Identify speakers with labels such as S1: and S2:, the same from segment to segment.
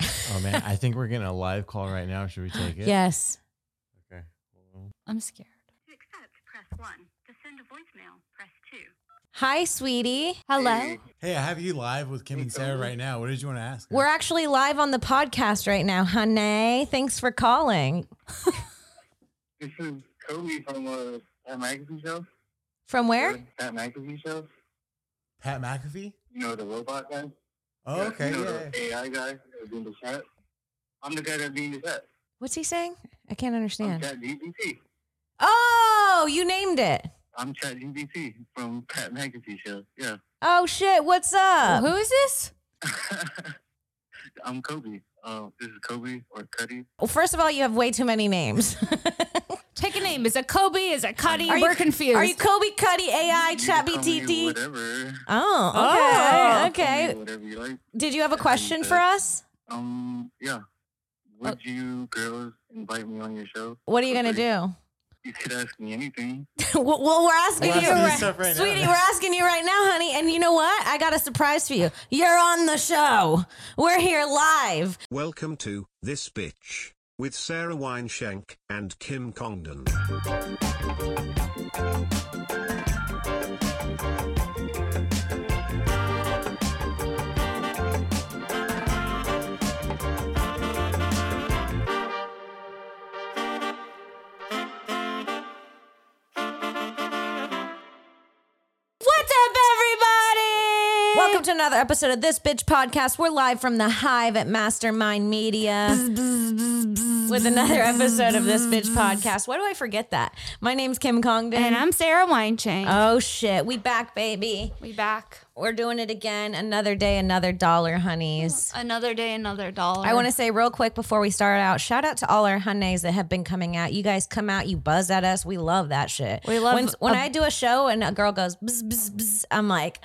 S1: Oh man, I think we're getting a live call right now. Should we take it?
S2: Yes.
S1: Okay.
S2: I'm scared.
S3: To accept, press 1. To send a voicemail, press 2.
S2: Hi, sweetie. Hello.
S1: Hey, I have you live with Kim and Sarah right now. What did you want to ask? her?
S2: We're actually live on the podcast right now, honey. Thanks for calling.
S4: This is Kobe from uh, that magazine show.
S2: From where?
S4: That magazine show.
S1: Pat McAfee.
S4: You know the robot guy.
S1: Oh, okay.
S4: You know
S1: Yeah.
S4: the AI guy that be in the chat. I'm the guy that be in the chat.
S2: What's he saying? I can't
S4: I'm
S2: understand.
S4: Chat GPT.
S2: Oh, you named it.
S4: I'm Chat GPT from Pat McAfee show. Yeah.
S2: Oh shit, what's up?
S5: Who is this?
S4: I'm Kobe. Uh, this is Kobe or Cuddy.
S2: Well, first of all, you have way too many names.
S5: Take a name. Is it Kobe? Is it Cuddy?
S2: Are you-
S5: We're confused.
S2: Are you Kobe Cuddy AI
S4: You
S2: Chat
S4: can call me
S2: BTD?
S4: Whatever.
S2: Oh, okay.
S5: Oh.
S4: Call
S2: Okay.
S4: me Whatever you like.
S2: Did you have a question for us?
S4: Um. Yeah.
S2: Oh.
S4: Would you girls invite me on your show?
S2: What are you going to
S4: You could ask me anything.
S2: do? well, well, we're asking
S1: We're
S2: you.
S1: asking you
S2: right-
S1: stuff right now.
S2: sweetie, we're asking you right now, honey. And you know what? I got a surprise for you. You're on the show. We're here live.
S6: Welcome to This Bitch with Sarah Wineshank and Kim Congdon.
S2: What's up, everybody? Welcome to another episode of This Bitch Podcast. We're live from the Hive at Mastermind Media with another episode of This Bitch Podcast. Why do I forget that? My name's Kim Congdon.
S5: And I'm Sarah Winechain.
S2: Oh shit, we back, baby.
S5: we back.
S2: We're doing it again. Another day, another dollar, honeys.
S5: Another day, another dollar.
S2: I want to say real quick before we start out, shout out to all our honeys that have been coming out. You guys come out, you buzz at us. We love that shit.
S5: We love
S2: when, when
S5: a-
S2: I do a show and a girl goes bzz, bzz, bzz, I'm like,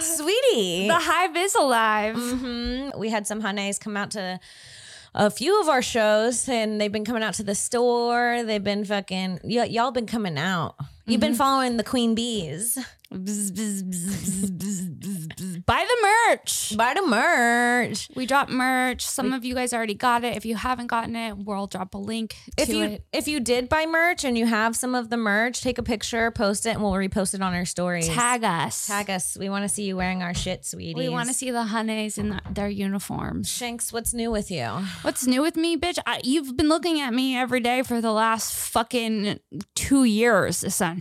S2: sweetie.
S5: the hive is alive.
S2: Mhm. We had some honeys come out to a few of our shows, and they've been coming out to the store. They've been fucking y- y'all been coming out. You've been following the queen bees.
S5: Bzz, bzz, bzz, bzz, bzz, bzz. Buy the merch.
S2: Buy the merch.
S5: We drop merch. Some of you guys already got it. If you haven't gotten it, we'll drop a link
S2: if
S5: to
S2: you
S5: it.
S2: if you did buy merch and you have some of the merch, take a picture, post it, and we'll repost it on our stories.
S5: Tag us.
S2: Tag us. We want to see you wearing our shit, sweeties.
S5: We want to see the honeys in the, their uniforms.
S2: Shanks, what's new with you?
S5: What's new with me, bitch? I, you've been looking at me every day for the last fucking two years, essentially.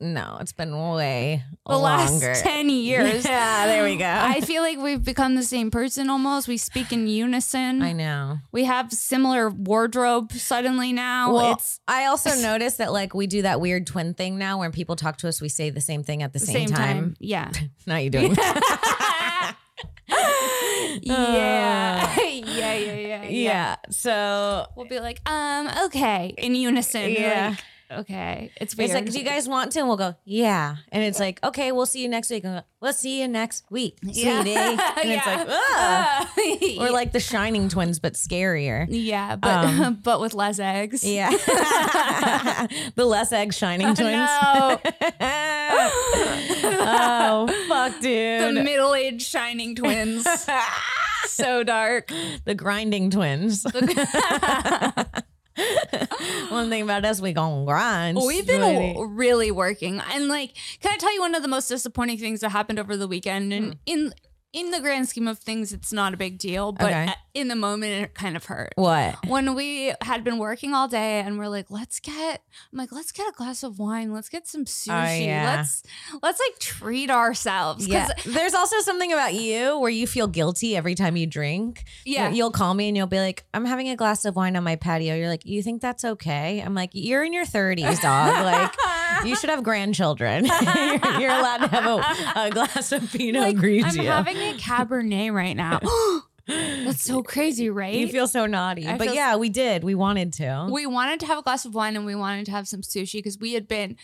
S2: No, it's been way
S5: The
S2: longer.
S5: last 10 years.
S2: Yeah, there we go.
S5: I feel like we've become the same person almost. We speak in unison.
S2: I know.
S5: We have similar wardrobe suddenly now.
S2: Well,
S5: it's
S2: I also noticed that like we do that weird twin thing now when people talk to us, we say the same thing at the
S5: the
S2: same, time.
S5: Yeah. Ah,
S2: Now you doing.
S5: yeah. yeah. Yeah. Yeah.
S2: Uh. yeah. So
S5: We'll be like, um, okay, in unison.
S2: Yeah.
S5: Like, okay. It's weird.
S2: It's like, do you guys want to? And we'll go, yeah. And it's like, okay, we'll see you next week. And we'll, go, we'll see you next week, sweetie. And it's like, ugh.
S5: like,
S2: We're like the Shining twins, but scarier.
S5: yeah, but
S2: Um,
S5: but with less eggs.
S2: Yeah. the less egg Shining twins.
S5: No.
S2: oh, fuck,
S5: the
S2: dude. The,
S5: middle-aged shining twins. so dark.
S2: grinding twins. One thing about us, we gon' grind.
S5: We've been
S2: sweetie.
S5: w- really working, and like, can I tell you one of the most disappointing things that happened over the weekend? And
S2: Hmm.
S5: in in the grand scheme of things, it's not a big deal, but
S2: Okay.
S5: uh, in the moment, it kind of hurt.
S2: what?
S5: when we had been working all day and we're like, let's get I'm like, let's get a glass of wine, let's get some sushi,
S2: Oh, yeah.
S5: let's let's like treat ourselves. 'Cause-
S2: Yeah. There's also something about you where you feel guilty every time you drink.
S5: Yeah.
S2: You'll- You'll call me and you'll be like, I'm having a glass of wine on my patio. You're like, You think that's okay? I'm like, You're in your 30s, dog. Like, you should have grandchildren. you're, you're allowed to have a, a glass of Pinot
S5: like, I'm
S2: Grigio.
S5: having a Cabernet right now. That's so crazy, right?
S2: you feel so naughty.
S5: I
S2: but
S5: feel-
S2: yeah, we did. We wanted to.
S5: we wanted to have a glass of wine and we wanted to have some sushi because we had been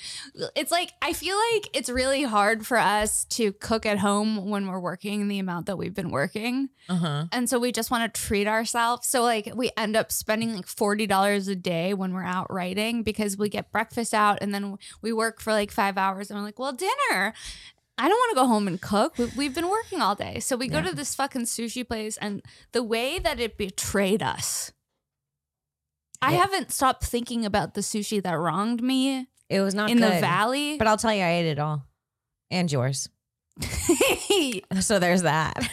S5: it's like i feel like it's really hard for us to cook at home when we're working the amount that we've been working
S2: uh-huh.
S5: And so we just want to treat ourselves. So like we end up spending like $40 a day when we're out writing because we get breakfast out and then we work for like 5 hours and we're like, "Well, dinner." I don't want to go home and cook. We, we've been working all day. So we go to this fucking sushi place, and the way that it betrayed us. I haven't stopped thinking about the sushi that wronged me
S2: It was not
S5: in
S2: good.
S5: the valley.
S2: But I'll tell you, I ate it all, and yours. So there's that.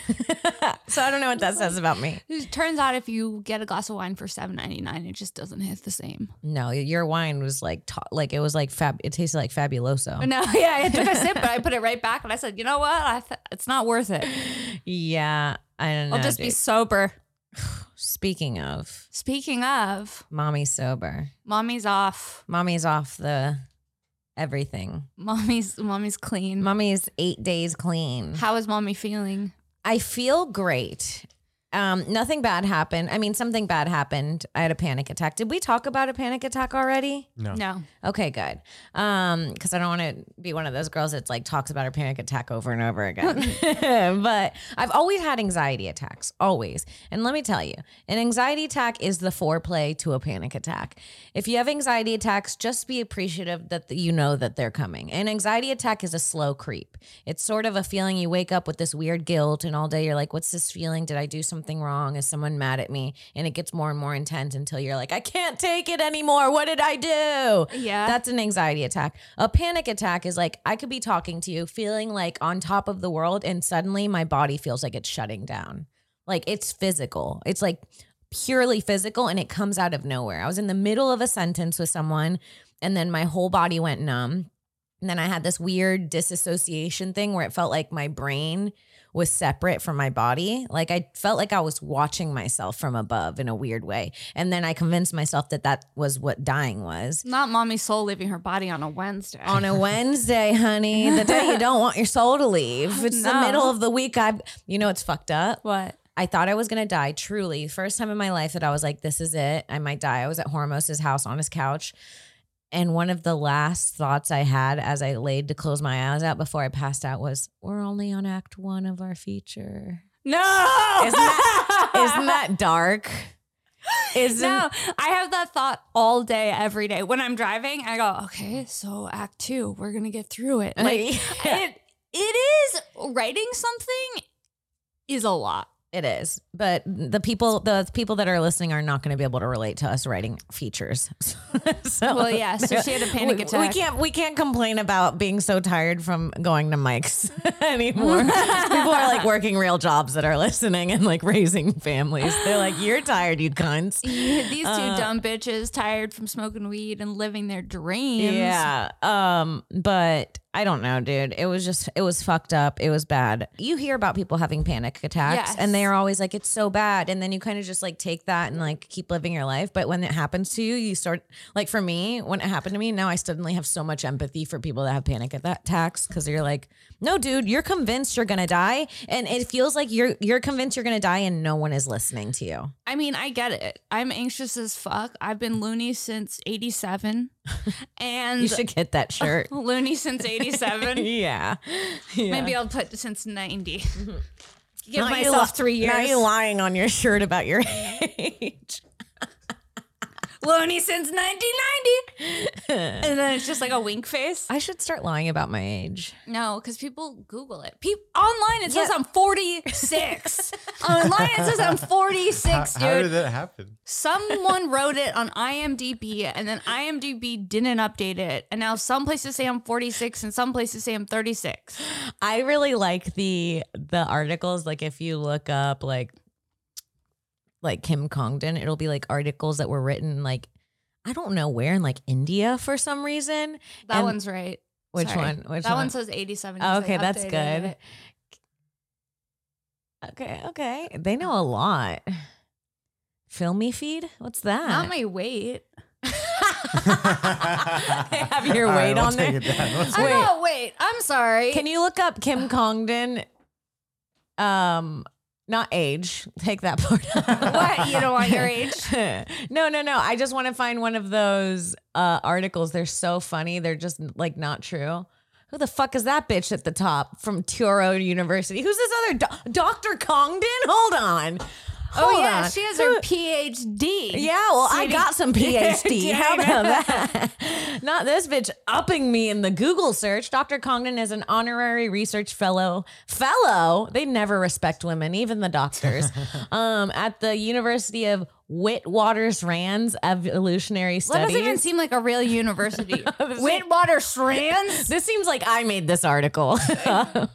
S2: so I don't know what that says about me.
S5: it turns out if you get a glass of wine for seven ninety nine, it just doesn't hit the same.
S2: No, your wine was like ta- like it was like fab. It tasted like fabuloso.
S5: No, yeah, I took a sip, but I put it right back, and I said, you know what? I th- it's not worth it.
S2: Yeah, I don't know.
S5: I'll just be
S2: dude.
S5: sober.
S2: Speaking of,
S5: Speaking of,
S2: mommy sober.
S5: mommy's off.
S2: Mommy's off the everything.
S5: Mommy's mommy's clean.
S2: Mommy's eight days clean.
S5: How is mommy feeling?
S2: I feel great. Um, nothing bad happened. I mean, something bad happened. I had a panic attack. Did we talk about a panic attack already?
S1: No.
S5: No.
S2: Okay, good. Um, because I don't want to be one of those girls that's like talks about her panic attack over and over again. but I've always had anxiety attacks, always. And let me tell you, an anxiety attack is the foreplay to a panic attack. If you have anxiety attacks, just be appreciative that th- you know that they're coming. An anxiety attack is a slow creep. It's sort of a feeling you wake up with this weird guilt, and all day you're like, "What's this feeling? Did I do something wrong? Is someone mad at me?" And it gets more and more intense until you're like, "I can't take it anymore. What did I do?"
S5: Yeah.
S2: That's an anxiety attack. A panic attack is like I could be talking to you, feeling like on top of the world, and suddenly my body feels like it's shutting down. Like it's physical. It's like purely physical and it comes out of nowhere. I was in the middle of a sentence with someone and then my whole body went numb. And then I had this weird disassociation thing where it felt like my brain was separate from my body. Like I felt like I was watching myself from above in a weird way. And then I convinced myself that that was what dying was
S5: Not mommy's soul leaving her body on a Wednesday.
S2: on a Wednesday, honey, the day you don't want your soul to leave. It's the
S5: No.
S2: middle of the week. I, you know, it's fucked up.
S5: what?
S2: I thought I was gonna die. Truly, first time in my life that I was like, "This is it. I might die." I was at Hormos's house on his couch, and one of the last thoughts I had as I laid to close my eyes out before I passed out was, "We're only on Act One of our feature."
S5: No.
S2: Isn't that, isn't that dark? Isn't
S5: no, I have that thought all day, every day. When I'm driving, I go, okay, so act two, we're gonna get through it. Like it, it is writing something is a lot.
S2: It is, but the people, the people that are listening, are not going to be able to relate to us writing features. so,
S5: Well, yeah, so she had a panic
S2: we,
S5: attack.
S2: We can't, we can't complain about being so tired from going to mics anymore. people are like working real jobs that are listening and like raising families. They're like, "You're tired, you cunts."
S5: These two
S2: Uh.
S5: dumb bitches tired from smoking weed and living their dreams.
S2: Yeah. Um, but I don't know, dude. It was just it was fucked up. It was bad. You hear about people having panic attacks
S5: Yes.
S2: and they are always like, it's so bad. And then you kind of just like take that and like keep living your life. But when it happens to you, you start like for me, when it happened to me, now I suddenly have so much empathy for people that have panic at- attacks because you're like, no, dude, you're convinced you're gonna die. And it feels like you're you're convinced you're gonna die and no one is listening to you.
S5: I mean, I get it. I'm anxious as fuck. I've been loony since 87 and
S2: You should get that shirt.
S5: loony since 87.
S2: yeah. yeah.
S5: Maybe I'll put since 90. Give
S2: Now Mm-hmm. you
S5: myself
S2: li-
S5: three
S2: Now
S5: years.
S2: you're lying on your shirt about your age.
S5: Loony since 1990. and then it's just like a wink face.
S2: I should start lying about my age.
S5: No, because people Google it. People online, it says I'm 46. online, it says I'm 46,
S1: How
S5: dude.
S1: did that happen?
S5: Someone wrote it on IMDb, and then IMDb didn't update it. And now some places say I'm 46, and some places say I'm 36.
S2: I really like the the articles. Like if you look up like like Kim Congdon, it'll be like articles that were written like I don't know where in like India for some reason.
S5: That
S2: And-
S5: one's right.
S2: Which
S5: Sorry.
S2: one? Which
S5: that
S2: one?
S5: one says 87.
S2: Oh,
S5: 'cause they
S2: okay, that's
S5: updated
S2: good.
S5: it.
S2: Okay, okay. They know a lot. Filmy feed? What's that?
S5: Not my weight.
S2: They have your
S1: All right,
S2: weight
S1: we'll
S2: on there.
S1: take it down. Let's-
S5: I'm
S2: Wait.
S5: not weight. I'm sorry.
S2: Can you look up Kim Congdon? Um, not age. Take that part. out.
S5: What? You don't want your age?
S2: no, no, no. I just want to find one of those uh, articles. They're so funny. They're just like not true. Who the fuck is that bitch at the top from Turo University? Who's this other do- Dr. Congdon? Hold on.
S5: oh,
S2: Hold
S5: yeah.
S2: on.
S5: She has
S2: Who-
S5: her PhD.
S2: yeah, well, I
S5: Sitting-
S2: got some PhD.
S5: Yeah,
S2: How
S5: I
S2: about that? Not this bitch upping me in the Google search. Dr. Congdon is an honorary research fellow. Fellow, they never respect women, even the doctors, um, at the University of Witwater Rands Evolutionary
S5: That
S2: Studies.
S5: doesn't even seem like a real university. Witwater Strands?
S2: this seems like I made this article.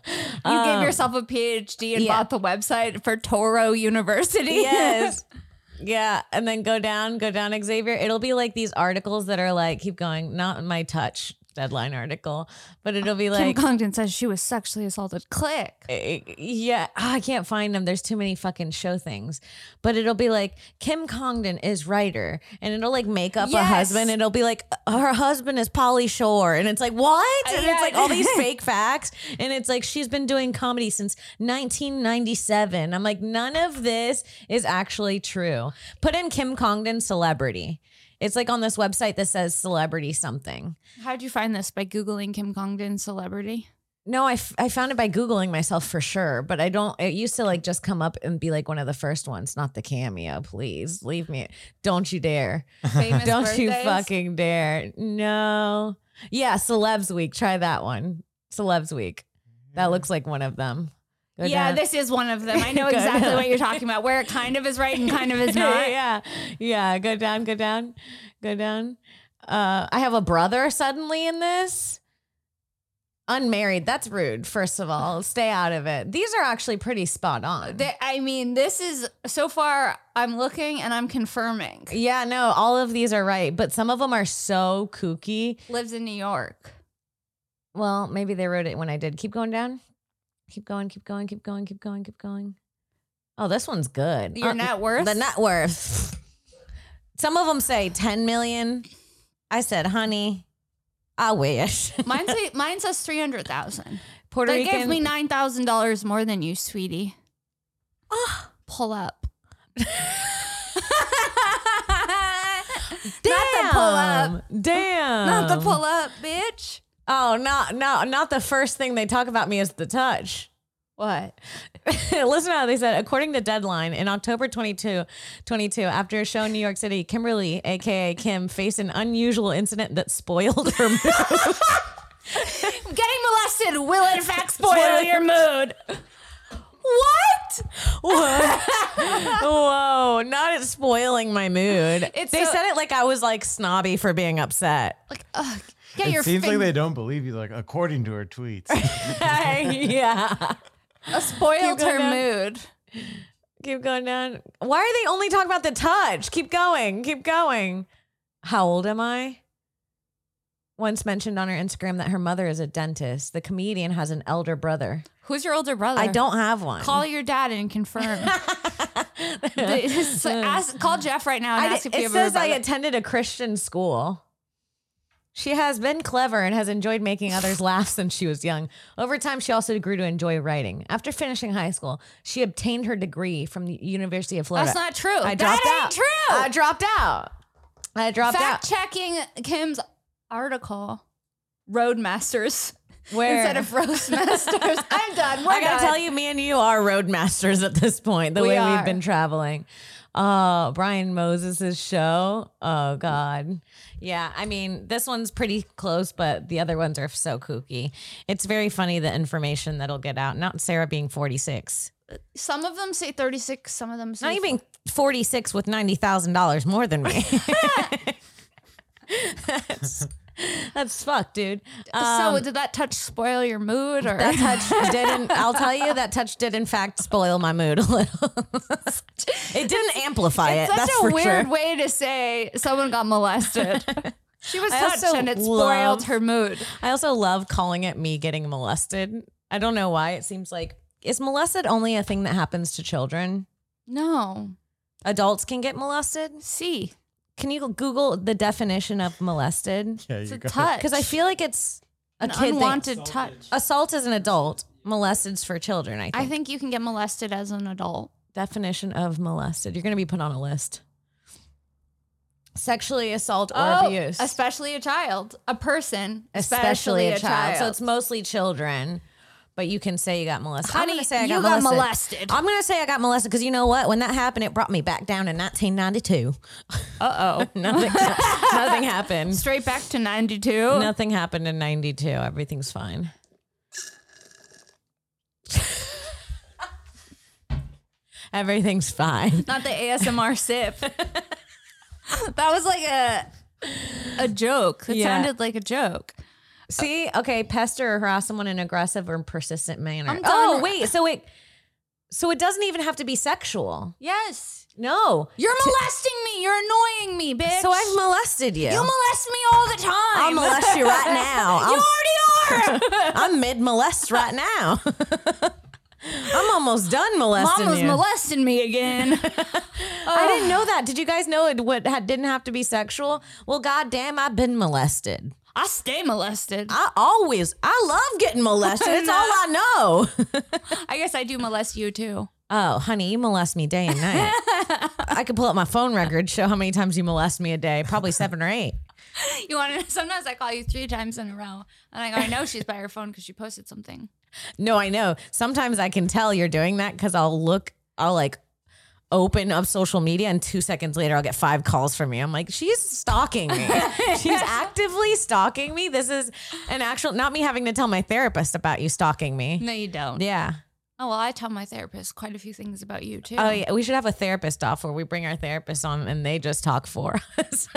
S5: You gave yourself a PhD and
S2: Um, yeah.
S5: bought the website for Toro University.
S2: yes. Yeah, and then go down, go down, Xavier. It'll be like these articles that are like, keep going, not my touch deadline article, but it'll be
S5: Kim
S2: like,
S5: Congdon says she was sexually assaulted. Click.
S2: Eh, yeah, ah, I can't find them. There's too many fucking show things. But it'll be like Kim Congdon is writer, and it'll like make up a
S5: Yes.
S2: husband. And it'll be like her husband is Polly Shore, and it's like what? And
S5: yeah.
S2: it's like all these fake facts, and it's like she's been doing comedy since 1997. I'm like, none of this is actually true. Put in Kim Congdon celebrity. It's like on this website that says celebrity something.
S5: How'd you find this? By Googling Kim Congdon celebrity?
S2: No, I, f- I found it by Googling myself for sure, but I don't. It used to like just come up and be like one of the first ones, not the cameo. Please leave me. Don't you dare.
S5: Famous
S2: don't you
S5: birthdays?
S2: fucking dare. No. Yeah, Celebs Week. Try that one. Celebs Week. That looks like one of them. Go
S5: Yeah,
S2: down.
S5: this is one of them. I know
S2: Go
S5: exactly
S2: down.
S5: what you're talking about, where it kind of is right and kind of is not.
S2: yeah. Yeah. Go down, go down, go down. Uh, I have a brother suddenly in this. Unmarried. That's rude, first of all. Stay out of it. These are actually pretty spot on.
S5: Th- I mean, this is so far, I'm looking and I'm confirming.
S2: yeah, no, all of these are right, but some of them are so kooky.
S5: Lives in New York.
S2: Well, maybe they wrote it when I did. Keep going down. Keep going, keep going, keep going, keep going, keep going. Oh, this one's good.
S5: Your
S2: Uh,
S5: net worth?
S2: The net worth. Some of them say 10 million. I said, honey, I wish.
S5: Mine, say, mine says 300,000.
S2: Puerto
S5: They
S2: Rican.
S5: gave me $9,000 more than you, sweetie.
S2: Ah.
S5: Pull up. Not the pull up.
S2: Damn.
S5: Not the pull up, bitch.
S2: Oh, not no, not the first thing they talk about me is the touch. What? Listen to how they said, according to Deadline, in October 22, 22, after a show in New York City, Kimberly, aka Kim, faced an unusual incident that spoiled her mood.
S5: Getting molested will, in fact, spoil your mood. What?
S2: Whoa. Whoa, not it spoiling my mood.
S5: It's
S2: they
S5: so-
S2: said it like I was like snobby for being upset.
S5: Like, ugh. Get your
S1: It seems like
S5: fing-
S1: they don't believe you, like according to her tweets.
S2: yeah.
S5: uh, spoiled
S2: Keep going
S5: her
S2: down.
S5: mood.
S2: Keep going down. Why are they only talking about the touch? Keep going. Keep going. How old am I? Once mentioned on her Instagram that her mother is a dentist. The comedian has an elder brother.
S5: Who's your older brother?
S2: I don't have one.
S5: Call your dad and confirm. So ask, call Jeff right now and
S2: Hmm. I
S5: ask
S2: did-
S5: if you
S2: it
S5: have
S2: says
S5: a
S2: I
S5: brother.
S2: attended a Christian school. She has been clever and has enjoyed making others laugh since she was young. Over time, she also grew to enjoy writing. After finishing high school, she obtained her degree from the University of Florida.
S5: That's not true.
S2: I
S5: That
S2: dropped
S5: ain't
S2: out.
S5: true.
S2: I dropped out. I dropped
S5: Fact
S2: out.
S5: checking Kim's article, Roadmasters
S2: Where
S5: instead of Roastmasters. I'm done. We're
S2: I gotta
S5: done.
S2: tell you, me and you are roadmasters at this point. The
S5: We
S2: way
S5: are.
S2: we've been traveling. Uh, Brian Moses' show. Oh God, yeah. I mean, this one's pretty close, but the other ones are so kooky. It's very funny the information that'll get out. Not Sarah being forty six.
S5: Some of them say 36. Some of them say
S2: Not even forty six with ninety thousand dollars more than me. that's that's fucked, dude. Um,
S5: so did that touch spoil your mood or
S2: That touch didn't. I'll tell you, that touch did in fact spoil my mood a little. it didn't amplify it.
S5: It's such
S2: that's
S5: a
S2: for
S5: weird
S2: sure.
S5: way to say someone got molested. she was
S2: I
S5: touched
S2: also
S5: and it spoiled
S2: love-
S5: her mood.
S2: I also love calling it me getting molested. I don't know why. It seems like is molested only a thing that happens to children?
S5: No.
S2: Adults can get molested.
S5: See,
S2: Can you Google the definition of molested?
S1: yeah,
S5: it's
S1: you
S5: a
S1: got it.
S5: touch.
S2: Because I feel like it's a
S5: an
S2: kid
S5: unwanted
S2: thing.
S5: touch.
S2: Assault is an adult. Molested's for children. I think.
S5: I think you can get molested as an adult.
S2: definition of molested. You're going to be put on a list. Sexually assault or
S5: Oh,
S2: abuse.
S5: especially a child, a person,
S2: especially a child. So it's
S5: So
S2: mostly children. But you can say you got molested.
S5: Honey,
S2: I'm gonna say I
S5: you
S2: got
S5: got
S2: molested.
S5: molested.
S2: I'm gonna say I got molested because you know what? When that happened, it brought me back down to 1992.
S5: Uh oh.
S2: Nothing, nothing happened.
S5: Straight back to 92.
S2: Nothing happened in 92. Everything's fine. Everything's fine.
S5: Not the ASMR sip. that was like a a joke. It
S2: Yeah.
S5: sounded like a joke.
S2: See, okay, pester or harass someone in an aggressive or persistent manner.
S5: I'm
S2: Oh,
S5: done.
S2: wait, so it so it doesn't even have to be sexual.
S5: Yes.
S2: No.
S5: You're molesting me. You're annoying me, bitch.
S2: So I've molested you.
S5: You molest me all the time.
S2: I'll molest you right now.
S5: you
S2: I'll-
S5: already are.
S2: I'm mid molest right now. I'm almost done molesting
S5: Mama's
S2: you. Oh.
S5: molesting me again.
S2: I didn't know that. Did you guys know it would, had, didn't have to be sexual? Well, goddamn, I've been molested.
S5: I stay molested.
S2: I always, I love getting molested. It's all I know.
S5: I guess I do molest you too.
S2: Oh, honey, you molest me day and night. I could pull up my phone record, show how many times you molest me a day, probably seven or eight.
S5: You want to know? Sometimes I call you three times in a row, and I go, I know she's by her phone because she posted something.
S2: No, I know. Sometimes I can tell you're doing that because I'll look, I'll like open up social media and two seconds later I'll get five calls from you. I'm like, she's stalking me. she's actively stalking me. This is an actual, not me having to tell my therapist about you stalking me.
S5: No, you don't.
S2: Yeah.
S5: Oh well, I tell my therapist quite a few things about you too.
S2: Oh, yeah. We should have a therapist off where we bring our therapist on and they just talk for us.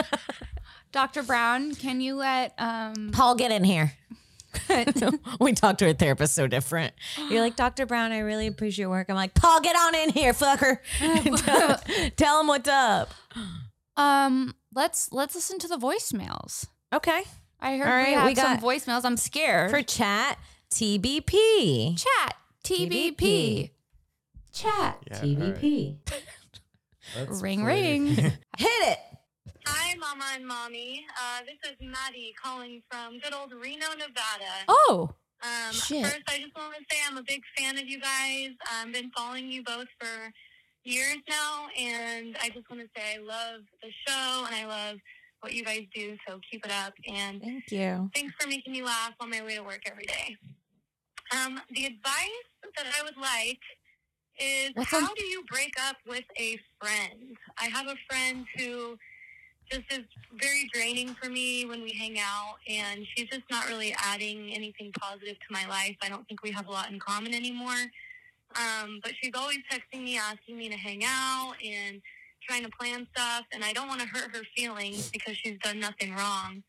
S5: Dr. Brown, can you let um
S2: Paul, get in here. we talk to a therapist so different. You're like, Dr. Brown, I really appreciate your work. I'm like, Paul, get on in here, fucker. tell, tell him what's up.
S5: um let's let's listen to the voicemails.
S2: Okay.
S5: I heard
S2: All
S5: we
S2: right,
S5: have
S2: we
S5: some
S2: got-
S5: voicemails. I'm scared.
S2: For chat, TBP.
S5: chat TBP. Chat.
S2: TBP.
S5: Ring ring.
S2: Hit it.
S3: Hi, Mama and Mommy. Uh, this is Maddie calling from good old Reno, Nevada.
S5: oh.
S3: Um,
S5: Shit.
S3: First, I just want to say I'm a big fan of you guys. I've been following you both for years now, and I just want to say I love the show and I love what you guys do. So keep it up, and
S2: Thank you.
S3: thanks for making me laugh on my way to work every day. Um, the advice that I would like is
S5: What's
S3: how
S5: on-
S3: do you break up with a friend? I have a friend who just is very draining for me when we hang out, and she's just not really adding anything positive to my life. I don't think we have a lot in common anymore. Um, but she's always texting me, asking me to hang out and trying to plan stuff, and I don't want to hurt her feelings because she's done nothing wrong.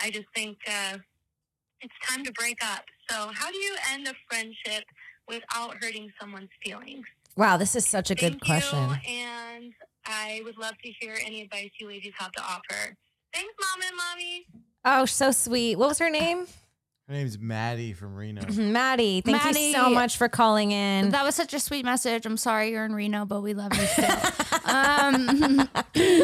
S3: I just think uh, it's time to break up. So, how do you end a friendship without hurting someone's feelings?
S2: Wow, this is such a good
S3: Thank
S2: question.
S3: You, and I would love to hear any advice you ladies have to offer. Thanks, Mom and Mommy.
S2: Oh, so sweet. What was her name?
S1: Her name's Maddie from Reno.
S2: Maddie. Thank
S5: Maddie.
S2: you so much for calling in.
S5: That was such a sweet message. I'm sorry you're in Reno, but we love you still. um,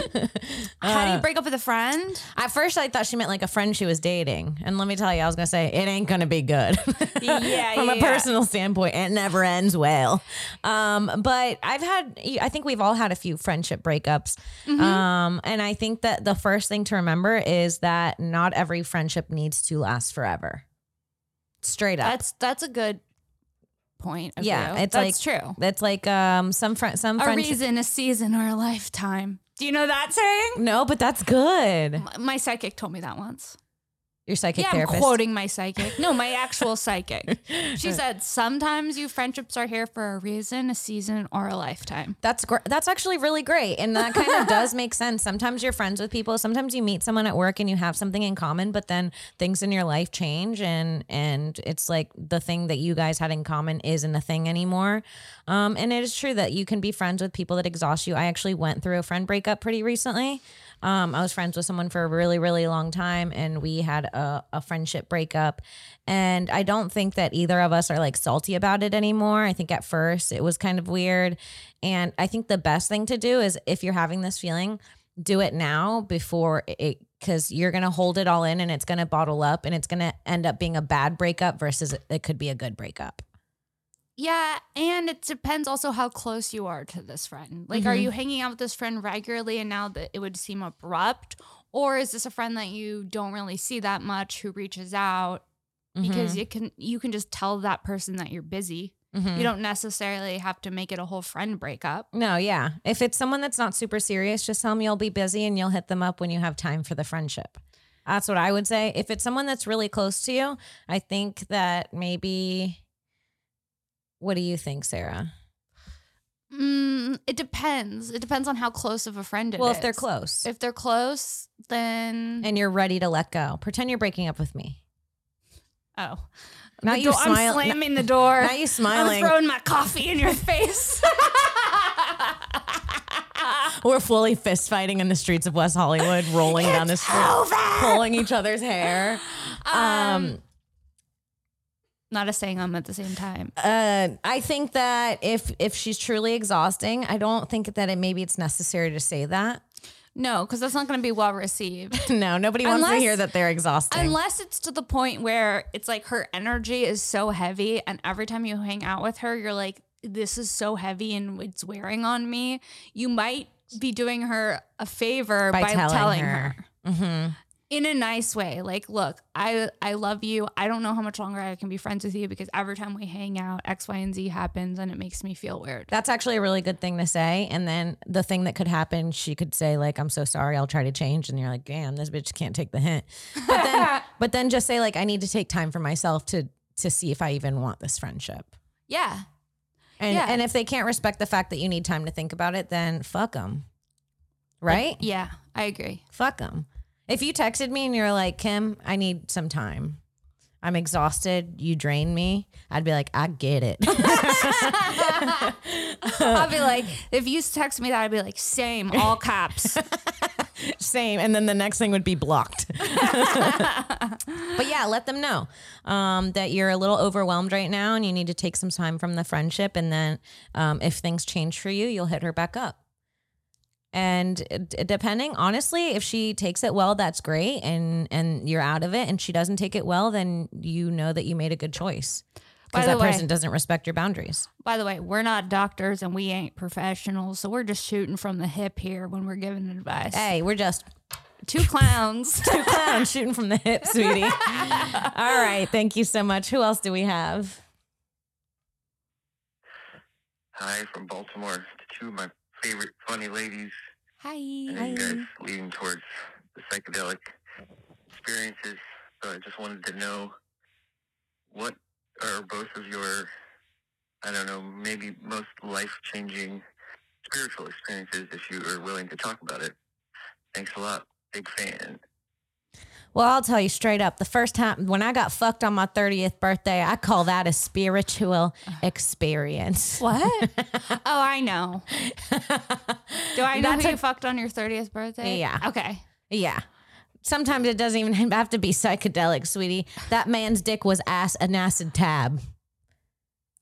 S2: Uh,
S5: how do you break up with a friend?
S2: At first, I thought she meant like a friend she was dating. And let me tell you, I was going to say, it ain't going to be good.
S5: Yeah,
S2: From
S5: yeah,
S2: a
S5: yeah.
S2: personal standpoint, it never ends well. Um, but I've had, I think we've all had a few friendship breakups.
S5: Mm-hmm.
S2: Um, and I think that the first thing to remember is that not every friendship needs to last forever. Straight up.
S5: That's that's a good point. Of
S2: yeah,
S5: view.
S2: it's
S5: that's
S2: like
S5: true.
S2: That's like um some friend some
S5: A
S2: friendship.
S5: reason, a season, or a lifetime. Do you know that saying?
S2: No, but that's good.
S5: M- My psychic told me that once.
S2: Your psychic
S5: yeah,
S2: therapist.
S5: I'm quoting my psychic. No, my actual psychic. She said, "Sometimes you friendships are here for a reason, a season, or a lifetime."
S2: That's gr- that's actually really great, and that kind of does make sense. Sometimes you're friends with people. Sometimes you meet someone at work and you have something in common, but then things in your life change, and and it's like the thing that you guys had in common isn't a thing anymore. Um, and it is true that you can be friends with people that exhaust you. I actually went through a friend breakup pretty recently. Um, I was friends with someone for a really, really long time, and we had a, a friendship breakup. And I don't think that either of us are like salty about it anymore. I think at first it was kind of weird. And I think the best thing to do is if you're having this feeling, do it now before it, because you're going to hold it all in and it's going to bottle up and it's going to end up being a bad breakup versus it could be a good breakup.
S5: Yeah, and it depends also how close you are to this friend. Like, are you
S2: Mm-hmm.
S5: hanging out with this friend regularly and now that it would seem abrupt? Or is this a friend that you don't really see that much who reaches out
S2: Mm-hmm.
S5: because you can you can just tell that person that you're busy.
S2: Mhm.
S5: You don't necessarily have to make it a whole friend breakup.
S2: No, yeah. If it's someone that's not super serious, just tell them you'll be busy and you'll hit them up when you have time for the friendship. That's what I would say. If it's someone that's really close to you, I think that maybe. What do you think, Sarah?
S5: Mm, it depends. It depends on how close of a friend it is.
S2: well, if they're close
S5: If they're close, then
S2: and you're ready to let go, pretend you're breaking up with me.
S5: oh,
S2: Now
S5: The
S2: you
S5: door-
S2: smile-
S5: I'm slamming the door.
S2: Now you smiling.
S5: I'm throwing my coffee in your face.
S2: We're fully fist fighting in the streets of West Hollywood, rolling down the street, pulling each other's hair. um
S5: Not a saying um at the same time.
S2: uh, I think that if if she's truly exhausting, I don't think that it maybe it's necessary to say that.
S5: No, because that's not going to be well received.
S2: No, nobody wants to
S5: Unless-
S2: hear that they're exhausting.
S5: Unless it's to the point where it's like her energy is so heavy, and every time you hang out with her, you're like, this is so heavy and it's wearing on me. You might be doing her a favor by, telling, her.
S2: Mhm.
S5: in a nice way like look i i love you i don't know how much longer i can be friends with you because every time we hang out x y and z happens and it makes me feel weird
S2: That's actually a really good thing to say. And then the thing that could happen, she could say like, "I'm so sorry. I'll try to change." And you're like, "Damn, this bitch can't take the hint." But then, but then just say like, "I need to take time for myself to to see if I even want this friendship."
S5: yeah
S2: And
S5: Yeah.
S2: and if they can't respect the fact that you need time to think about it, then fuck them. Right?
S5: yeah i agree
S2: Fuck them. If you texted me and you're like, "Kim, I need some time. I'm exhausted. You drain me." I'd be like, "I get it."
S5: i'll be like if you text me that i'd be like same all caps
S2: Same. And then the next thing would be blocked. but yeah, let them know um, that you're a little overwhelmed right now and you need to take some time from the friendship. And then um, if things change for you, you'll hit her back up. And d- depending, honestly, if she takes it well, that's great, and and you're out of it. And she doesn't take it well, then you know that you made a good choice
S5: By
S2: because
S5: the
S2: that
S5: way-
S2: person doesn't respect your boundaries.
S5: by the way we're not doctors and we ain't professionals so we're just shooting from the hip here when we're giving advice
S2: Hey, we're just
S5: two clowns
S2: clown shooting from the hip, sweetie. All right, thank you so much. Who else do we have?
S4: Hi from Baltimore to two of my favorite funny ladies. I know
S5: hi
S4: you guys leaning towards the psychedelic experiences, so I just wanted to know what are both of your, I don't know, maybe most life-changing spiritual experiences, if you are willing to talk about it. Thanks a lot. Big fan.
S2: Well, I'll tell you straight up. The first time when I got fucked on my 30th birthday, I call that a spiritual experience.
S5: what oh i know Do I know
S2: That's
S5: who
S2: a-
S5: you fucked on your 30th birthday?
S2: Yeah.
S5: Okay.
S2: Yeah. Sometimes it doesn't even have to be psychedelic, sweetie. That man's dick was ass an acid tab,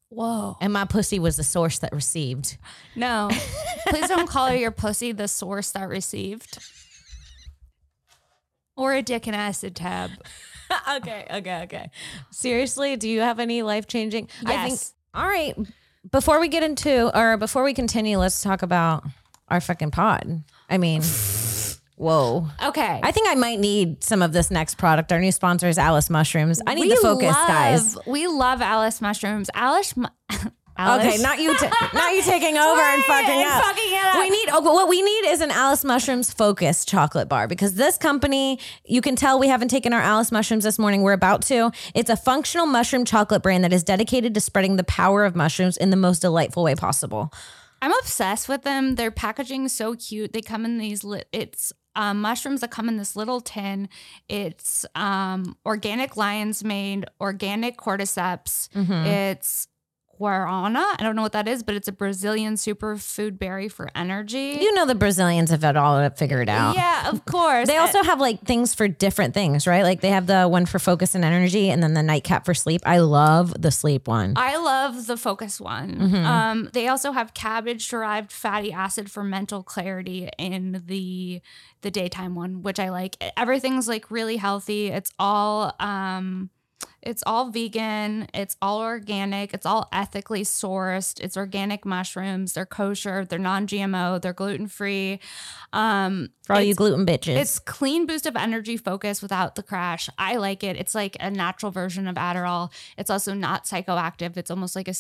S5: Whoa.
S2: and my pussy was the source that received.
S5: No. Please don't call your pussy the source that received. Or a dick and acid tab.
S2: okay, okay, okay. Seriously, do you have any life changing?
S5: Yes.
S2: all right. Before we get into or before we continue, let's talk about our fucking pod. I mean, whoa.
S5: Okay.
S2: I think I might need some of this next product. Our new sponsor is Alice Mushrooms. I need the focus,
S5: love,
S2: guys.
S5: We love Alice mushrooms. Alice. Mu- Alice.
S2: Okay, not you, ta- not you taking over and
S5: Right,
S2: fucking
S5: and
S2: up.
S5: fucking it up.
S2: We need oh, what we need is an Alice Mushrooms focused chocolate bar because this company, you can tell we haven't taken our Alice Mushrooms this morning. We're about to. It's a functional mushroom chocolate brand that is dedicated to spreading the power of mushrooms in the most delightful way possible.
S5: I'm obsessed with them. Their packaging is so cute. They come in these li- it's um, mushrooms that come in this little tin. It's um, organic lion's mane, organic cordyceps.
S2: Mm-hmm.
S5: It's guarana. I don't know what that is, but it's a Brazilian superfood berry for energy.
S2: You know the Brazilians have it all figured out.
S5: yeah, of course.
S2: They also have like things for different things, right? Like they have the one for focus and energy and then the nightcap for sleep. I love the sleep one.
S5: I love the focus one.
S2: Mm-hmm.
S5: Um, they also have cabbage derived fatty acid for mental clarity in the the E, daytime one, which I like. Everything's like really healthy. It's all um It's all vegan, it's all organic, it's all ethically sourced, it's organic mushrooms, they're kosher, they're non GMO, they're gluten free. Um,
S2: For all you
S5: it's-
S2: gluten bitches.
S5: It's clean boost of energy focus without the crash. I like it. It's like a natural version of Adderall. It's also not psychoactive. It's almost like a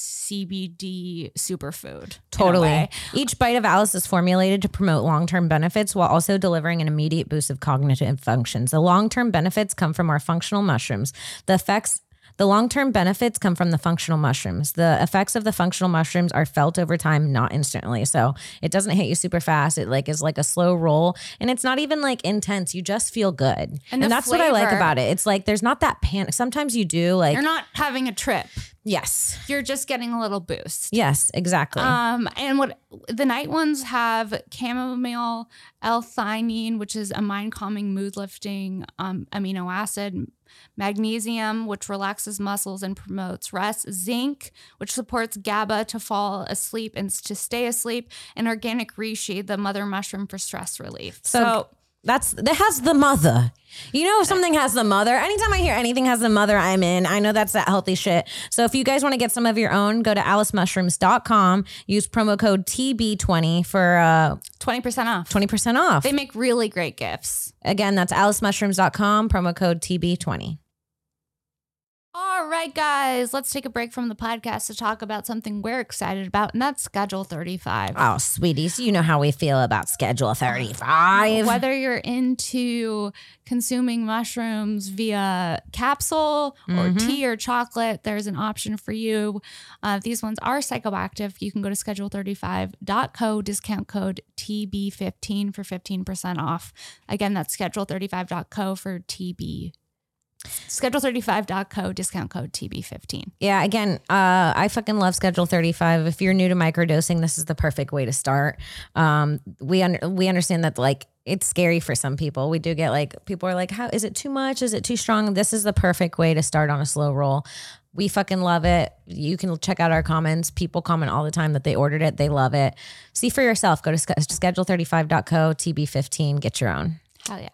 S5: CBD superfood. in a
S2: Totally.
S5: way.
S2: Each bite of Alice is formulated to promote long term benefits while also delivering an immediate boost of cognitive functions. The long term benefits come from our functional mushrooms. The effects the long term benefits come from the functional mushrooms. The effects of the functional mushrooms are felt over time, not instantly. So it doesn't hit you super fast. It like is like a slow roll. And it's not even like intense. You just feel good. And,
S5: the
S2: that's what I like
S5: flavor-
S2: about it. It's like there's not that panic. Sometimes you do like
S5: You're not having a trip.
S2: Yes.
S5: You're just getting a little boost.
S2: Yes, exactly.
S5: Um, and what the night ones have chamomile, L-theanine, which is a mind calming, mood lifting um, amino acid, magnesium, which relaxes muscles and promotes rest, zinc, which supports GABA to fall asleep and s- to stay asleep, and organic reishi, the mother mushroom for stress relief.
S2: So,
S5: So,
S2: that's that has the mother. You know, if something has the mother, anytime I hear anything has the mother, I'm in. I know that's that healthy shit. So if you guys want to get some of your own, go to alicemushrooms.com, use promo code TB20 for uh,
S5: twenty percent off.
S2: 20% off.
S5: They make really great gifts.
S2: Again, that's alicemushrooms.com, promo code TB20.
S5: All right, guys, let's take a break from the podcast to talk about something we're excited about, and that's Schedule 35.
S2: Oh, sweeties, you know how we feel about Schedule 35.
S5: Whether you're into consuming mushrooms via capsule or
S2: Mhm.
S5: tea or chocolate, there's an option for you. Uh, these ones are psychoactive. You can go to schedule35.co, discount code TB15 for 15% off. Again, that's schedule35.co for TB. Schedule35.co, discount code TB15.
S2: Yeah, again, uh, I fucking love Schedule 35. If you're new to microdosing, this is the perfect way to start. Um, we un- we understand that like it's scary for some people. We do get like people are like, "How is it too much? Is it too strong?" This is the perfect way to start on a slow roll. We fucking love it. You can check out our comments. People comment all the time that they ordered it. They love it. See for yourself. Go to sch- schedule35.co, TB15, get your own.
S5: Hell yeah.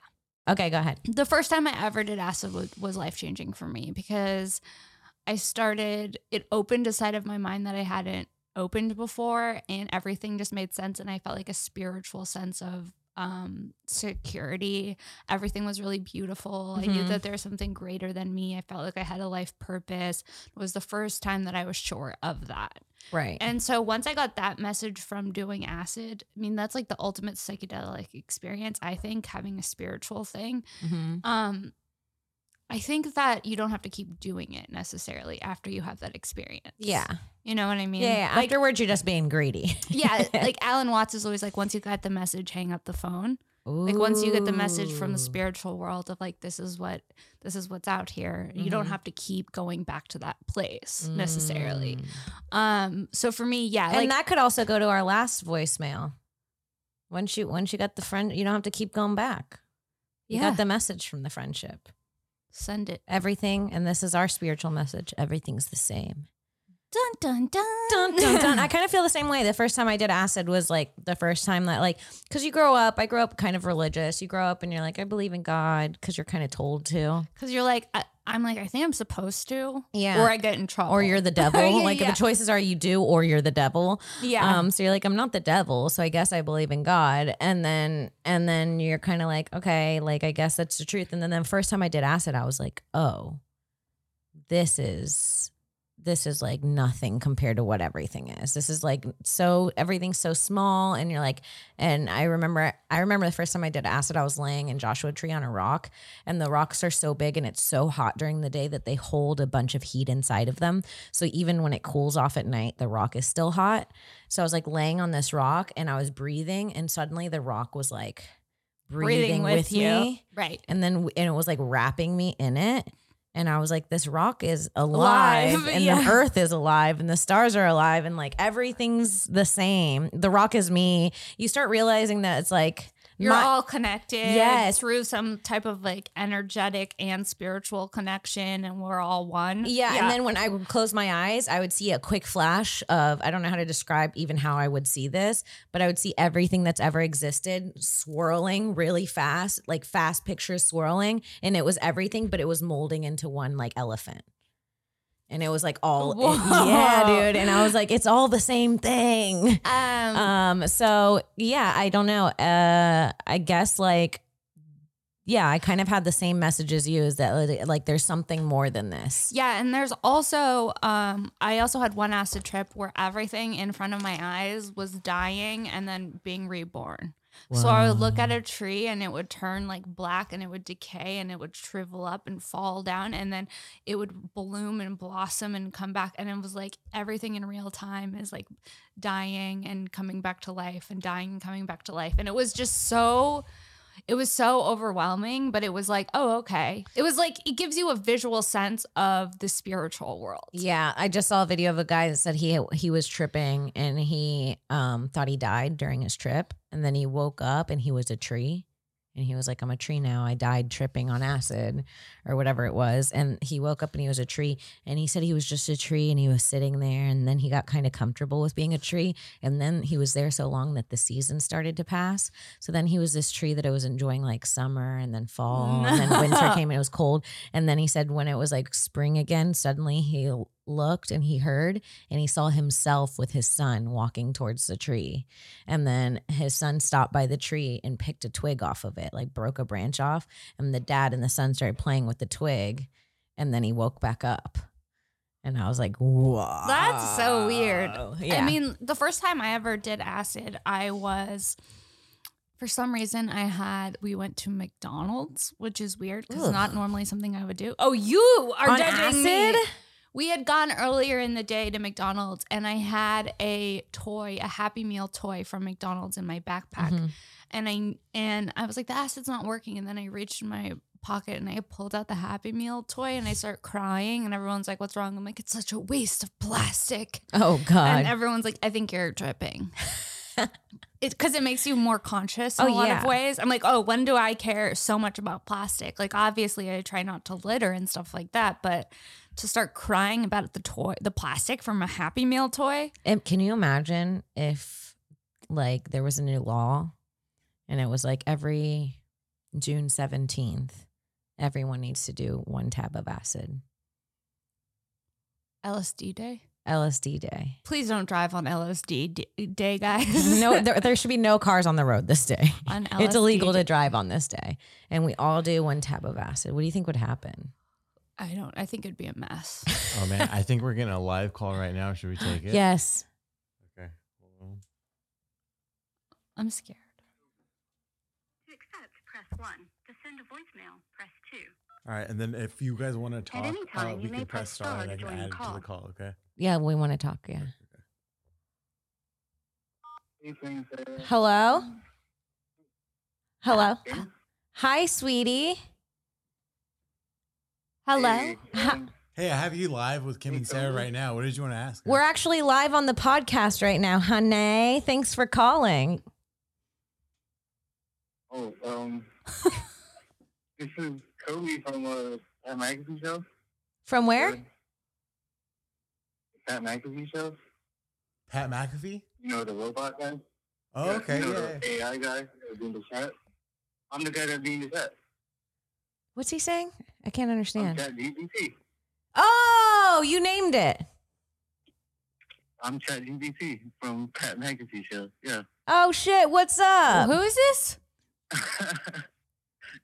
S2: Okay, go ahead.
S5: the first time I ever did acid was, was life changing for me because I started, it opened a side of my mind that I hadn't opened before, and everything just made sense. And I felt like a spiritual sense of um, security. Everything was really beautiful. I knew
S2: Mhm.
S5: that there was something greater than me. I felt like I had a life purpose. It was the first time that I was sure of that.
S2: Right.
S5: And so once I got that message from doing acid, I mean, that's like the ultimate psychedelic experience, I think, having a spiritual thing. Um, I think that you don't have to keep doing it necessarily after you have that experience.
S2: Yeah.
S5: You know what I mean?
S2: Yeah. yeah.
S5: Like,
S2: Afterwards, you're just being greedy.
S5: yeah. Like Alan Watts is always like, once you got the message, hang up the phone. Like once you get the message from the
S2: Ooh.
S5: spiritual world of like, this is what, this is what's out here. You don't
S2: Mhm.
S5: have to keep going back to that place necessarily. Um, so for me, yeah.
S2: Mm. and
S5: like,
S2: that could also go to our last voicemail. Once you once you got the friend, you don't have to keep going back. You
S5: yeah.
S2: got the message from the friendship.
S5: Send it.
S2: Everything, and this is our spiritual message. Everything's the same.
S5: Dun dun dun
S2: Dun dun dun. I kind of feel the same way. The first time I did acid was like the first time that like because you grow up. I grew up kind of religious. You grow up and you're like, I believe in God because you're kind of told to.
S5: Because you're like, I, I'm like, I think I'm supposed to.
S2: Yeah.
S5: Or I get in trouble.
S2: Or you're the devil.
S5: Yeah,
S2: like
S5: yeah.
S2: the choices are you do or you're the devil.
S5: yeah.
S2: Um, so you're like, I'm not the devil, so I guess I believe in God. And then and then you're kind of like, okay, like I guess that's the truth. And then the first time I did acid, I was like, oh, this is this is like nothing compared to what everything is. This is like so everything's so small. And you're like, and I remember I remember the first time I did acid, I was laying in Joshua Tree on a rock, and the rocks are so big and it's so hot during the day that they hold a bunch of heat inside of them. So even when it cools off at night, the rock is still hot. So I was like laying on this rock and I was breathing, and suddenly the rock was like breathing, with, me.
S5: Right.
S2: And then and it was like wrapping me in it. And I was like, this rock is alive,
S5: Alive,
S2: and
S5: yeah.
S2: the earth is alive, and the stars are alive, and like everything's the same. The rock is me. You start realizing that it's like
S5: You're
S2: not-
S5: all connected
S2: Yes.
S5: through some type of like energetic and spiritual connection, and we're all one.
S2: Yeah, and then when I would close my eyes, I would see a quick flash of I don't know how to describe even how I would see this, but I would see everything that's ever existed swirling really fast, like fast pictures swirling, and it was everything, but it was molding into one like elephant. and it was like all
S5: Whoa.
S2: yeah, dude. And I was like, it's all the same thing.
S5: Um,
S2: Um, so yeah, I don't know. Uh, I guess like, yeah, I kind of had the same message as you is that like there's something more than this.
S5: Yeah, and there's also um I also had one acid trip where everything in front of my eyes was dying and then being reborn. Mm-hmm. So I would look at a tree and it would turn like black and it would decay and it would shrivel up and fall down and then it would bloom and blossom and come back and it was like everything in real time is like dying and coming back to life and dying and coming back to life and it was just so it was so overwhelming, but it was like, oh, okay. It was like, it gives you a visual sense of the spiritual world.
S2: Yeah, I just saw a video of a guy that said he he was tripping and he um thought he died during his trip and then he woke up and he was a tree and he was like I'm a tree now. I died tripping on acid or whatever it was and he woke up and he was a tree and he said he was just a tree and he was sitting there and then he got kind of comfortable with being a tree and then he was there so long that the season started to pass. So then he was this tree that I was enjoying like summer and then fall and then winter came and it was cold and then he said when it was like spring again, suddenly he l- looked and he heard and he saw himself with his son walking towards the tree. And then his son stopped by the tree and picked a twig off of it, like broke a branch off. And the dad and the son started playing with the twig. And then he woke back up. And I was like, whoa.
S5: That's so weird.
S2: Yeah.
S5: I mean, the first time I ever did acid, I was, for some reason, I had, we went to McDonald's, which is weird because
S2: Ugh.
S5: not normally something I would do. Oh, you are
S2: On
S5: judging me.
S2: acid?
S5: We had gone earlier in the day to McDonald's and I had a toy, a Happy Meal toy from McDonald's in my backpack.
S2: Mhm.
S5: and I and I was like, the acid's not working. And then I reached in my pocket and I pulled out the Happy Meal toy and I start crying. And everyone's like, "What's wrong?" I'm like, "It's such a waste of plastic."
S2: oh, God.
S5: And everyone's like, "I think you're tripping." It's because it makes you more conscious in
S2: Oh,
S5: a lot
S2: yeah.
S5: of ways. I'm like, oh, when do I care so much about plastic? Like, obviously, I try not to litter and stuff like that, but to start crying about the toy, the plastic from a Happy Meal toy,
S2: And can you imagine if like there was a new law and it was like every June 17th, everyone needs to do one tab of acid.
S5: LSD day.
S2: LSD day.
S5: Please don't drive on LSD d- day, guys.
S2: no, there, there should be no cars on the road this day.
S5: on LSD.
S2: It's illegal to drive on this day. And we all do one tab of acid. What do you think would happen?
S5: I don't. I think it'd be a mess.
S1: Oh man, I think we're getting a live call right now. Should we take it?
S2: Yes.
S1: Okay. Hold on.
S5: I'm scared.
S3: To accept, press 1. To send a voicemail, press 2.
S1: All right, and then if you guys want to talk,
S3: any
S1: uh,
S3: time,
S1: we
S3: you
S1: can
S3: may
S1: press
S3: press
S1: star
S3: star
S1: and
S3: to
S1: I can
S3: join the
S1: add it to
S3: call.
S1: the call. Okay.
S2: Yeah, we want to talk. Yeah.
S4: Hey,
S2: Hello? Hello? Hi, sweetie.
S5: Hello.
S4: Sam.
S1: Hey, I have you live with Kim and Sarah right now. What did you want to ask? her?
S2: We're actually live on the podcast right now, honey. Thanks for calling.
S4: Oh, um, this is Kobe from uh, that magazine show.
S2: From where?
S4: That magazine show.
S1: Pat McAfee.
S4: You know the robot guy.
S1: Oh,
S4: Yeah,
S1: okay.
S4: You know
S1: Yeah.
S4: the AI guy that being the chat. I'm the guy that being the chat.
S2: What's he saying? I can't
S4: I'm
S2: understand.
S4: Chat GPT.
S2: Oh, you named it.
S4: I'm Chat GPT from Pat McAfee show. Yeah.
S2: Oh shit, what's up?
S5: Who is this?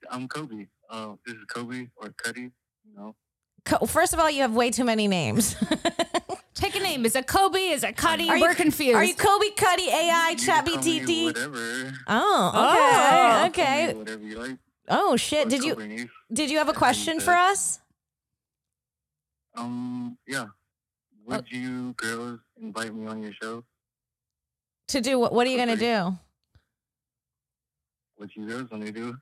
S4: I'm Kobe. Uh, this is Kobe or Cuddy. You know.
S2: Co- First of all, you have way too many names.
S5: Pick a name. Is it Kobe? Is it Cuddy?
S2: Are you-
S5: We're confused.
S2: Are you Kobe Cuddy AI
S4: You can
S2: Chat
S4: call me
S2: BTT?
S4: Whatever.
S2: Oh,
S5: Oh.
S2: okay,
S4: Call
S2: okay.
S4: me Whatever you like.
S2: Oh shit,
S4: or
S2: did you
S4: Kobe Neef.
S2: did you have a
S4: Yeah,
S2: question
S4: you
S2: for
S4: did.
S2: us?
S4: Um. Yeah. Would
S2: Oh.
S4: you girls invite me on your show?
S2: To do what? What are you gonna do?
S4: What you girls want to do?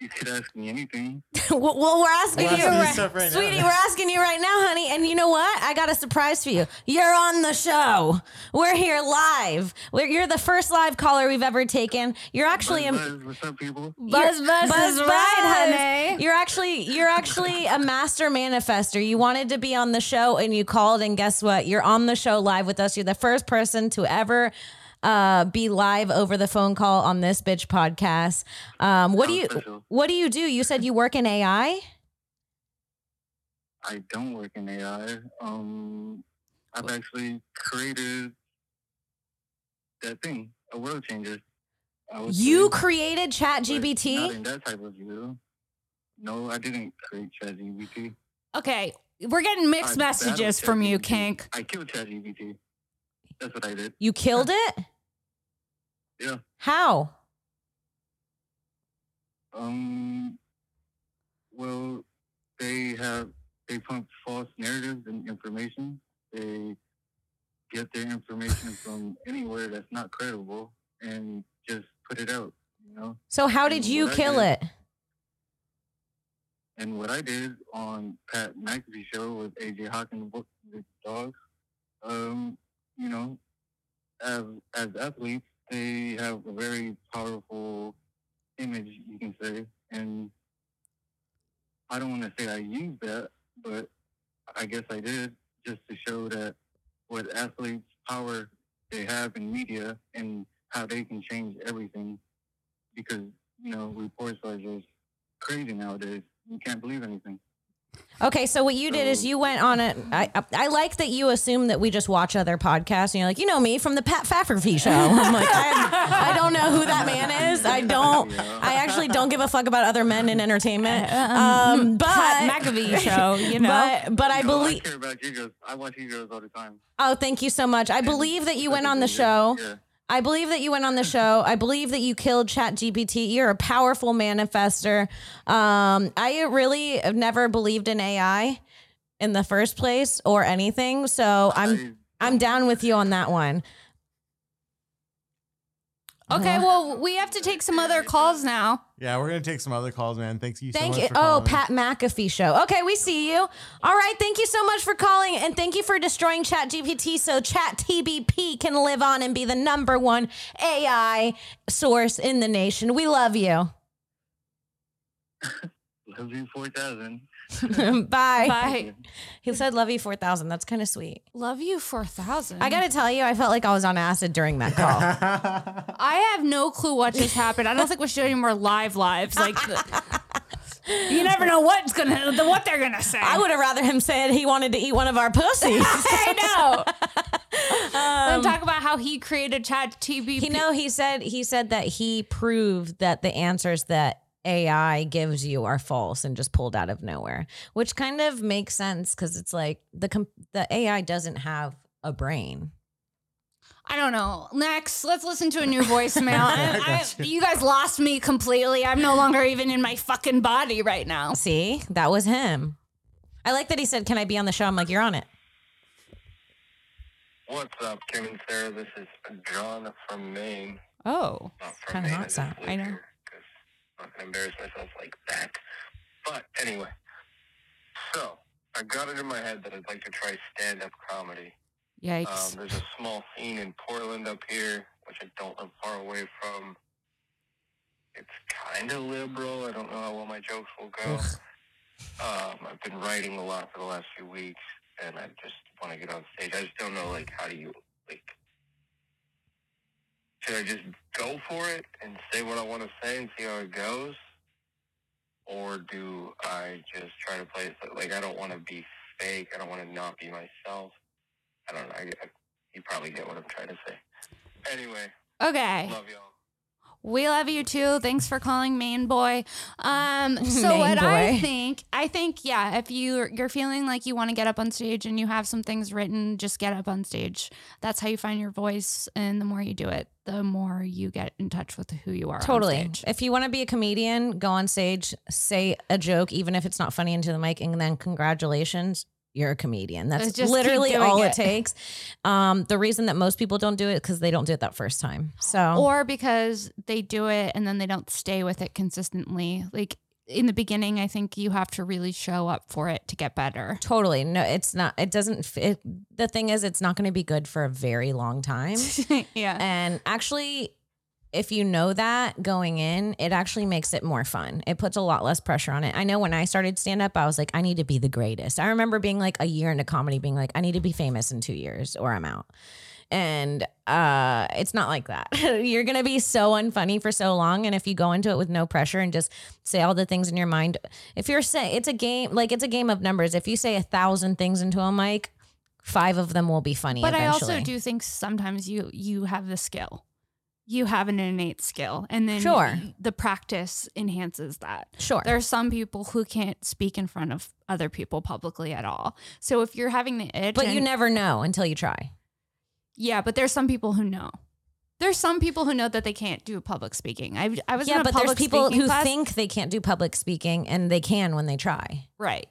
S4: You could ask me anything.
S2: well, well, we're asking
S1: We're
S2: you,
S1: asking you
S2: right-
S1: stuff right now.
S2: sweetie. We're asking you right now, honey. And you know what? I got a surprise for you. You're on the show. We're here live. We're, you're the first live caller we've ever taken. You're actually.
S4: Buzz,
S2: a-
S4: buzz, what's up, people?
S5: Buzz,
S2: You're-
S5: buzz,
S2: buzz,
S5: is
S2: buzz.
S5: right, honey.
S2: You're actually you're actually a master manifester. You wanted to be on the show and you called and guess what? You're on the show live with us. You're the first person to ever uh, be live over the phone call on this bitch podcast. Um, what do
S4: Sounds
S2: you
S4: special.
S2: what do you do? You said you work in AI?
S4: I don't work in AI. Um, I've actually created that thing, a world changer. I would
S2: You
S4: say,
S2: created
S4: but Not
S2: ChatGPT?
S4: in that type of view. No, I didn't create ChatGPT.
S5: Okay, we're getting mixed
S4: I battled
S5: messages from you,
S4: ChatGPT.
S5: Kink.
S4: I killed ChatGPT. That's what I did.
S2: You killed it?
S4: Yeah.
S2: How?
S4: Um, well, they have they pump false narratives and information. They get their information from anywhere that's not credible and just put it out. You know.
S2: So how did you
S4: Well,
S2: kill
S4: I
S2: it?
S4: And what I did on Pat McAfee show with AJ Hawkins, Book- the dogs, um, you know, as as athletes, they have a very powerful image, you can say, and I don't want to say I used that, but I guess I did just to show that what athletes' power they have in media and how they can change everything, because you know reports are just crazy nowadays. You
S2: Mm.
S4: can't believe anything.
S2: Okay, so what you did is you went on a. I I like that you assume that we just watch other podcasts, and you're like, you know me from the Pat Fafferty show. I'm like, I, I don't know who that man is. I don't. I actually don't give a fuck about other men in entertainment. Uh, Um, but
S5: Pat McAfee show, you know.
S2: But, but I
S4: No,
S2: believe.
S4: I care about you girls. I watch you girls all the time.
S2: Oh, thank you so much. I believe that you went on the show.
S4: Yeah.
S2: I believe that you went on the show. I believe that you killed ChatGPT. You're a powerful manifester. Um, I really have never believed in AI in the first place or anything. So I'm
S4: I-
S2: I'm down with you on that one.
S5: Okay, well, we have to take some other calls now.
S1: Yeah, we're gonna take some other calls, man. Thanks you
S2: Thank
S1: so
S2: you.
S1: much. for
S2: Oh,
S1: calling.
S2: Pat McAfee show. Okay, we see you. All right. Thank you so much for calling and thank you for destroying ChatGPT so ChatTBP can live on and be the number one AI source in the nation. We love you.
S4: Love you four thousand.
S2: Bye.
S5: Bye.
S2: He said, "Love you four thousand. That's kind of sweet.
S5: Love you four thousand.
S2: I gotta tell you, I felt like I was on acid during that call.
S5: I have no clue what just happened. I don't think we should do any more live lives. Like, the- you never know what's gonna, the, what they're gonna say.
S2: I would have rather him said he wanted to eat one of our pussies.
S5: I know. Let him talk about how he created Chat
S2: you know, um, he said he said that he proved that the answers that AI gives you are false and just pulled out of nowhere, which kind of makes sense because it's like the com- the AI doesn't have a brain.
S5: I don't know. Next, let's listen to a new voicemail. I, I, you guys lost me completely. I'm no longer even in my fucking body right now.
S2: See, that was him. I like that he said, "Can I be on the show?" I'm like, "You're on it."
S4: What's up, Kim and Sarah? This is John from Maine.
S5: Oh,
S4: Not from
S2: kinda
S4: Maine.
S2: hot
S4: just
S2: sound.
S4: live
S5: I know.
S4: here 'cause I'm not gonna embarrass myself like that. But anyway, so I got it in my head that I'd like to try stand-up comedy. Um,
S5: yikes!
S4: there's a small scene in Portland up here, which I don't live far away from. It's kind of liberal. I don't know how well my jokes will go. Um, I've been writing a lot for the last few weeks, and I just want to get on stage. I just don't know, like, how do you, like, should I just go for it and say what I want to say and see how it goes? Or do I just try to play it, so- like, I don't want to be fake. I don't want to not be myself. I don't know. I, I, you probably get what I'm trying to say. Anyway,
S5: okay,
S4: love y'all.
S5: we love you too. Thanks for calling, Maine boy. Um, so
S2: Maine
S5: what I
S2: boy.
S5: think, I think, yeah, if you you're feeling like you want to get up on stage and you have some things written, just get up on stage. That's how you find your voice, and the more you do it, the more you get in touch with who you are. on
S2: Totally.
S5: stage.
S2: If you want to be a comedian, go on stage, say a joke, even if it's not funny into the mic, and then congratulations, you're a comedian. That's
S5: Just keep
S2: literally
S5: doing
S2: all
S5: it.
S2: it, takes. Um, the reason that most people don't do it because they don't do it that first time. So
S5: or because they do it and then they don't stay with it consistently. Like in the beginning, I think you have to really show up for it to get better.
S2: totally, no, it's not. It doesn't. f- It, the thing is, it's not going to be good for a very long time.
S5: yeah.
S2: And actually, if you know that going in, it actually makes it more fun. It puts a lot less pressure on it. I know when I started stand up, I was like, I need to be the greatest. I remember being like a year into comedy, being like, I need to be famous in two years or I'm out. And uh, it's not like that. You're going to be so unfunny for so long. And if you go into it with no pressure and just say all the things in your mind, if you're saying it's a game, like it's a game of numbers. If you say a thousand things into a mic, five of them will be funny.
S5: But I also
S2: eventually.
S5: do think sometimes you you have the skill. You have an innate skill and then
S2: Sure.
S5: the practice enhances that.
S2: Sure.
S5: There are some people who can't speak in front of other people publicly at all. So if you're having the itch
S2: But
S5: and-
S2: you never know until you try.
S5: Yeah, but there's some people who know. There's some people who know that they can't do public speaking. I I was in
S2: Yeah,
S5: a
S2: but
S5: public
S2: there's people
S5: speaking
S2: who
S5: class.
S2: think they can't do public speaking and they can when they try.
S5: right.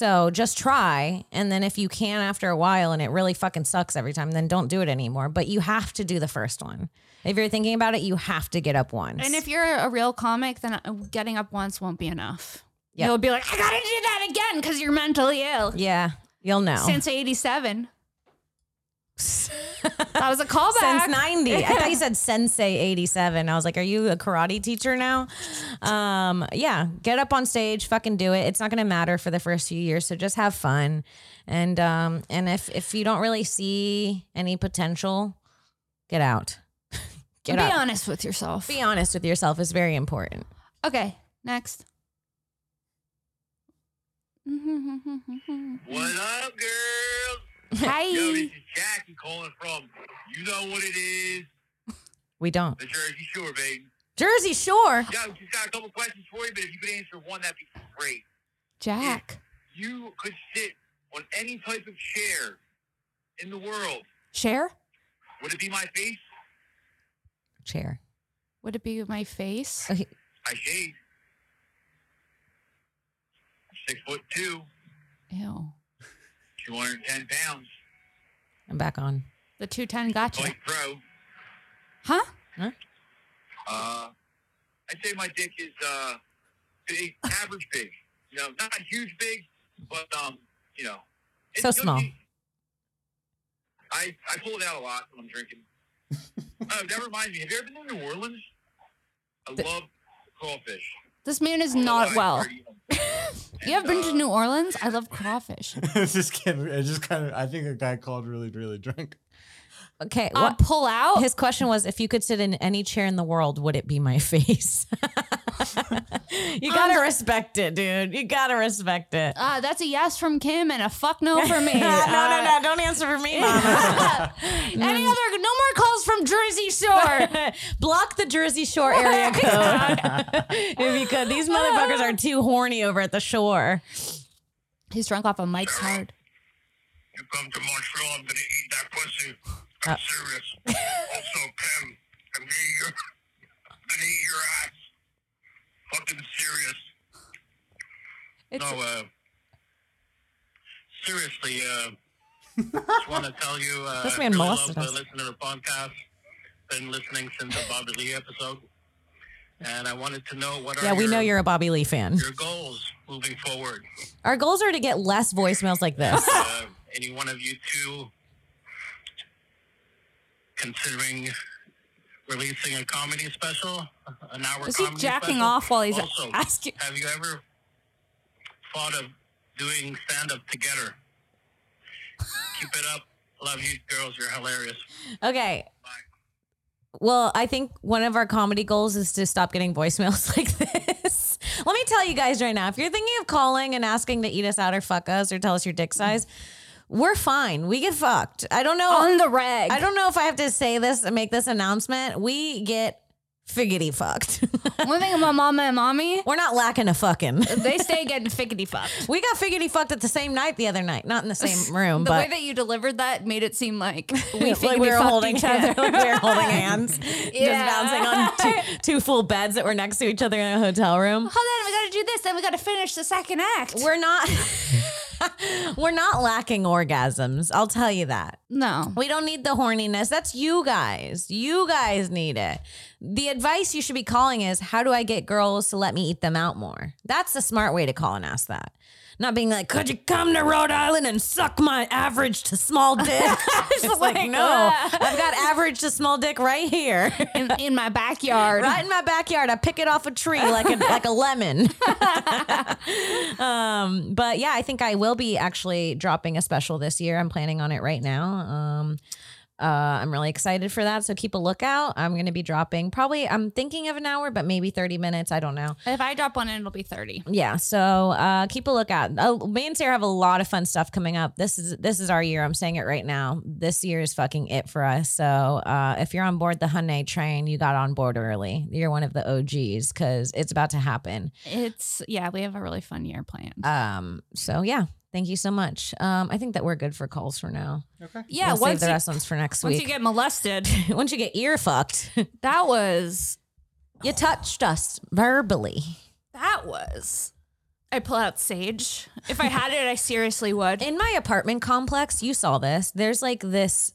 S2: So just try. And then if you can after a while and it really fucking sucks every time, then don't do it anymore. But you have to do the first one. If you're thinking about it, you have to get up once.
S5: And if you're a real comic, then uh, getting up once won't be enough.
S2: Yeah.
S5: You'll be like, I gotta do that again because you're mentally ill.
S2: yeah, you'll know.
S5: Since '87, that was a callback.
S2: Since 90. I thought you said Sensei 87. I was like, are you a karate teacher now? Um, yeah, get up on stage, fucking do it. It's not going to matter for the first few years, so just have fun. And um and if if you don't really see any potential, get out.
S5: Be
S2: get up.
S5: honest with yourself.
S2: Be honest with yourself is very important.
S5: okay, next.
S4: What up, girls? Yo, this
S5: Hi.
S4: is Jackie calling from. You know what it is,
S2: We don't.
S4: the Jersey Shore, baby.
S2: Jersey Shore.
S4: Yo, just got a couple questions for you, but if you could answer one, that'd be great.
S5: Jack.
S4: You could sit on any type of chair in the world.
S5: Share?
S4: Would it be my face?
S2: Chair. Oh,
S5: Would it be my face?
S2: Okay.
S4: I shave. Six foot two,
S5: Ew.
S4: 210 pounds,
S2: I'm back on.
S5: The 210 gotcha.
S4: like pro.
S5: Huh?
S4: Uh, I'd say my dick is uh, big, average big. You know, not huge big, but um, you know, it's
S2: So
S4: just-
S2: small.
S4: I I pull it out a lot when I'm drinking. oh, that reminds me. Have you ever been to New Orleans? I love crawfish.
S5: This man is
S4: I
S5: not well.
S4: already-
S5: You have been to New Orleans? I love crawfish.
S1: this kid, I just kind of, I think a guy called really, really drunk.
S2: Okay.
S5: Uh,
S2: What?
S5: pull out?
S2: His question was if you could sit in any chair in the world, would it be my face? you gotta respect it, dude. You gotta respect it.
S5: Ah, that's a yes from Kim and a fuck no from me.
S2: no, no, no. Don't answer for me, mama.
S5: Any other? No more calls from Jersey Shore.
S2: Block the Jersey Shore area code if you could. These motherfuckers are too horny over at the shore.
S5: He's drunk off a Mike's hard.
S4: You come to Montreal, I'm gonna eat that pussy.
S2: Uh.
S4: I'm serious. also, Pam, I'm gonna eat your, I'm gonna eat your ass. Fucking serious.
S5: It's-
S4: no, uh, seriously, uh, just want to tell you, uh,
S2: This
S4: I
S2: man
S4: really
S2: molested
S4: love,
S2: us.
S4: Uh, listening to the podcast. Been listening since the Bobby Lee episode, and I wanted to know what are
S2: Yeah, we know
S4: your
S2: you're a Bobby Lee fan.
S4: your goals moving forward.
S2: Our goals are to get less voicemails like this.
S4: uh, any one of you two considering releasing a comedy special, an hour.
S5: Is he
S4: comedy
S5: jacking
S4: special?
S5: off while he's
S4: also,
S5: asking-
S4: Have you ever thought of doing stand up together? Keep it up. Love you, girls. You're hilarious.
S2: Okay.
S4: Bye.
S2: Well, I think one of our comedy goals is to stop getting voicemails like this. Let me tell you guys right now if you're thinking of calling and asking to eat us out or fuck us or tell us your
S5: Mm.
S2: dick size, we're fine. We get fucked. I don't know.
S5: On the reg.
S2: I don't know if I have to say this and make this announcement. We get figgity fucked.
S5: One thing about mama and mommy,
S2: we're not lacking a fucking.
S5: they stay getting figgity fucked.
S2: We got figgity fucked at the same night the other night, not in the same room,
S5: The
S2: but
S5: way that you delivered that made it seem like we
S2: like we were
S5: fucked
S2: holding
S5: each
S2: each other, like we were holding hands,
S5: Yeah.
S2: just bouncing on two, two full beds that were next to each other in a hotel room.
S5: Hold on, we gotta do this, then we gotta finish the second act.
S2: We're not, we're not lacking orgasms. I'll tell you that.
S5: no.
S2: We don't need the horniness. That's you guys. You guys need it. The advice you should be calling is how do I get girls to let me eat them out more? That's the smart way to call and ask that. Not being like, could you come to Rhode Island and suck my average to small dick? it's like,
S5: like,
S2: no,
S5: ah.
S2: I've got average to small dick right here,
S5: In, in my backyard.
S2: right in my backyard. I pick it off a tree like a like a lemon. um, but yeah, I think I will be actually dropping a special this year. I'm planning on it right now. Um, Uh, I'm really excited for that. So keep a lookout. I'm going to be dropping probably, I'm thinking of an hour, but maybe 30 minutes. I don't know.
S5: If I drop one in, it'll be 30.
S2: Yeah, so uh, keep a lookout. Uh, me and Sarah have a lot of fun stuff coming up. This is this is our year. I'm saying it right now. This year is fucking it for us. So uh, if you're on board the Hyundai train, you got on board early. You're one of the OGs because it's about to happen.
S5: It's, yeah, we have a really fun year planned.
S2: Um, so yeah, thank you so much. Um, I think that we're good for calls for now.
S1: Okay.
S5: yeah,
S2: we'll save
S5: once,
S2: the
S5: you,
S2: rest ones for next
S5: once
S2: week.
S5: you get molested,
S2: once you get ear fucked,
S5: that was,
S2: you touched us verbally.
S5: that was. I pull out sage. If I had it, I seriously would.
S2: In my apartment complex, you saw this. There's like this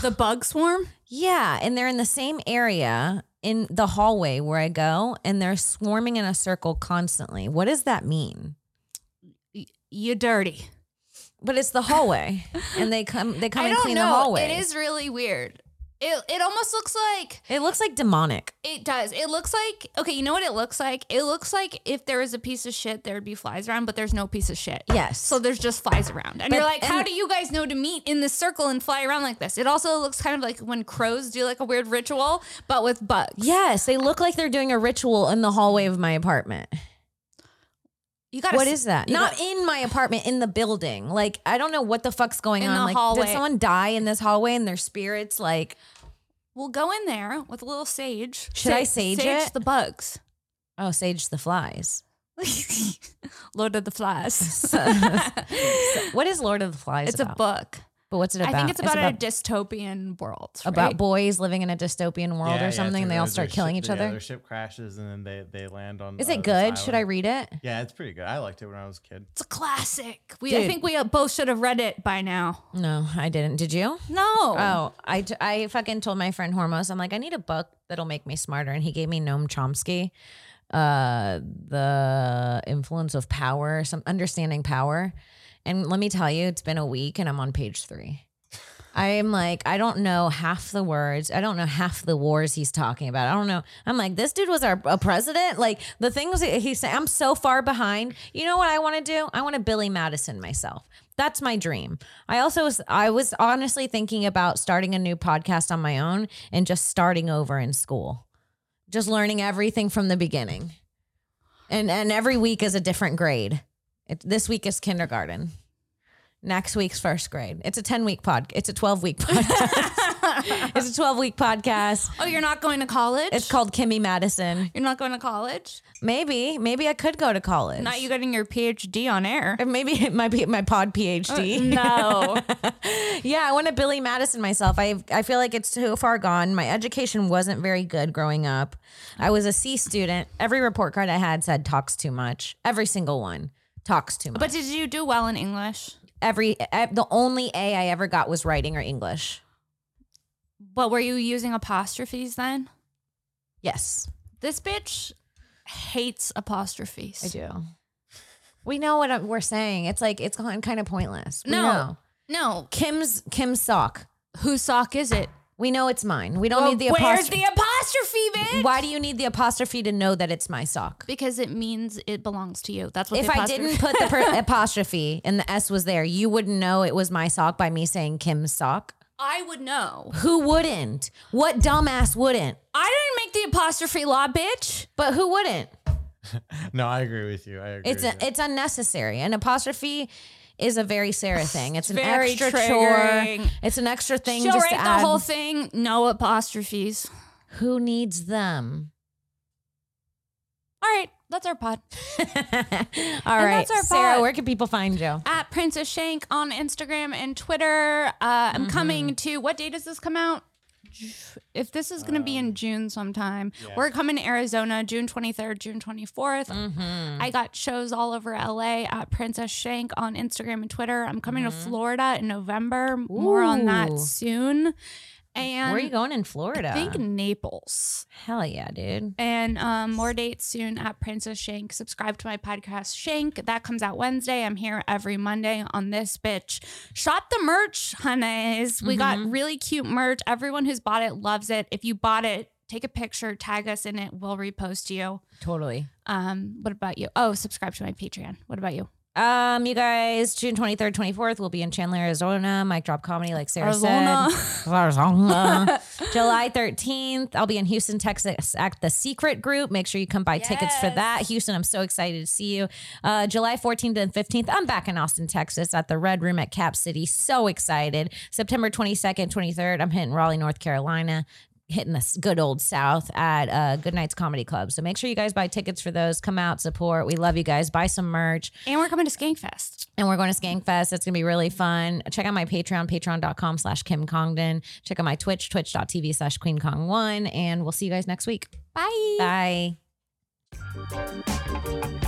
S5: the bug swarm?
S2: Yeah, and they're in the same area in the hallway where I go, and they're swarming in a circle constantly. What does that mean?
S5: Y- You dirty.
S2: But it's the hallway, and they come they come
S5: I
S2: and
S5: don't
S2: clean
S5: know.
S2: the hallway.
S5: It is really weird. It, it almost looks like
S2: It looks like demonic.
S5: It does. It looks like okay. You know what it looks like? It looks like if there was a piece of shit, there would be flies around, but there's no piece of shit.
S2: Yes.
S5: So there's just flies around, and
S2: But-
S5: you're like, how
S2: and-
S5: do you guys know to meet in this circle and fly around like this? It also looks kind of like when crows do like a weird ritual, but with bugs.
S2: Yes, they look like they're doing a ritual in the hallway of my apartment.
S5: You got
S2: What is that?
S5: you
S2: Not
S5: got-
S2: in my apartment, in the building. Like I don't know what the fuck's going
S5: In
S2: on.
S5: the
S2: like
S5: hallway.
S2: did someone die in this hallway and their spirits like
S5: We'll go in there with a little sage.
S2: Should I sage it?
S5: the bugs.
S2: oh sage the flies.
S5: Lord of the Flies.
S2: what is Lord of the Flies
S5: it's a
S2: about?
S5: book.
S2: but what's it
S5: I
S2: about?
S5: think it's about, a dystopian world.
S2: about
S5: right?
S2: boys living in a dystopian world or something and they all start killing each other.
S1: their ship crashes and then they, they land on.
S2: Is it good? Should I read it?
S1: Yeah, it's pretty good. I liked it when I was a kid.
S5: It's a classic. We I
S2: Dude.
S5: think we uh, both should have read it by now.
S2: No, I didn't. Did you?
S5: No.
S2: Oh, I, t- I fucking told my friend Hormos, I'm like, I need a book that'll make me smarter. And he gave me Noam Chomsky, uh, The Influence of Power, some understanding power. And let me tell you, it's been a week and I'm on page three. I am like, I don't know half the words. I don't know half the wars he's talking about. I don't know. I'm like, this dude was our a president. Like the things that he said, I'm so far behind. You know what I want to do? I want to Billy Madison myself. That's my dream. I also was, I was honestly thinking about starting a new podcast on my own and just starting over in school, just learning everything from the beginning. And and every week is a different grade. It, this week is kindergarten. Next week's first grade. It's a ten week pod. It's a twelve week podcast. it's a twelve week podcast.
S5: Oh, you're not going to college?
S2: It's called Kimmy Madison.
S5: You're not going to college?
S2: Maybe, maybe I could go to college.
S5: Not you getting your PhD on air.
S2: Or Maybe it might be my pod PhD.
S5: Uh, No.
S2: yeah, I want to Billy Madison myself. I I feel like it's too far gone. My education wasn't very good growing up. I was a C student. Every report card I had said talks too much. Every single one talks too much.
S5: but did you do well in English?
S2: every eh, the only A I ever got was writing or English.
S5: But were you using apostrophes then?
S2: Yes,
S5: This bitch hates apostrophes.
S2: I do. We know what I'm- we're saying. It's like it's kind of pointless. We
S5: No.
S2: know.
S5: No.
S2: Kim's Kim's sock.
S5: Whose sock is it?
S2: We know it's mine. We don't
S5: Well,
S2: need the
S5: Where's
S2: apostrophe.
S5: the apostrophe, bitch?
S2: Why do you need the apostrophe to know that it's my sock?
S5: Because it means it belongs to you. That's what
S2: if
S5: the
S2: I
S5: apostrophe-
S2: didn't put the per- apostrophe and the S was there, you wouldn't know it was my sock by me saying Kim's sock.
S5: I would know.
S2: Who wouldn't? What dumbass wouldn't?
S5: I didn't make the apostrophe law, bitch.
S2: But who wouldn't?
S1: No, I agree with you. I agree.
S2: It's a,
S1: with you.
S2: it's unnecessary. An apostrophe is a very Sarah thing. It's an
S5: very
S2: extra
S5: triggering.
S2: chore. It's an extra thing.
S5: She'll
S2: just
S5: write
S2: to
S5: the
S2: add.
S5: whole thing. No apostrophes.
S2: Who needs them?
S5: All right, that's our pod.
S2: All right,
S5: that's our
S2: Sarah.
S5: pod.
S2: Where can people find you?
S5: At Princess Shank on Instagram and Twitter. Uh, I'm coming to. What day does this come out? If this is going to be in June sometime, we're coming to Arizona June 23rd, June 24th.
S2: Mm-hmm.
S5: I got shows all over LA at Princess Shank on Instagram and Twitter. I'm coming to Florida in November. More on
S2: Mm-hmm. Ooh.
S5: that soon. And
S2: Where are you going in Florida?
S5: I think Naples.
S2: Hell yeah, dude.
S5: And um, more dates soon at Princess Shank. Subscribe to my podcast, Shank. That comes out Wednesday. I'm here every Monday on this bitch. Shop the merch, honeys. We
S2: Mm-hmm.
S5: got really cute merch. Everyone who's bought it loves it. If you bought it, take a picture, tag us in it. We'll repost you.
S2: Totally.
S5: Um, what about you? Oh, subscribe to my Patreon. What about you?
S2: Um, you guys, June 23rd, 24th, we'll be in Chandler, Arizona. Mike Drop Comedy, like Sarah
S5: Arizona.
S2: said. Arizona. July 13th, I'll be in Houston, Texas at the Secret Group. Make sure you come buy tickets for
S5: Yes.
S2: that. Houston, I'm so excited to see you. Uh, July 14th and 15th, I'm back in Austin, Texas at the Red Room at Cap City. So excited. September 22nd, 23rd, I'm hitting Raleigh, North Carolina. Hitting the s- good old South at uh, Good Nights Comedy Club. So make sure you guys buy tickets for those. Come out, support. We love you guys. Buy some merch
S5: And we're coming to Skankfest.
S2: and we're going to Skankfest. It's going to be really fun. Check out my Patreon, patreon.com slash Kim Congdon. Check out my Twitch, twitch.tv slash Queen Kong One. And we'll see you guys next week.
S5: Bye.
S2: Bye.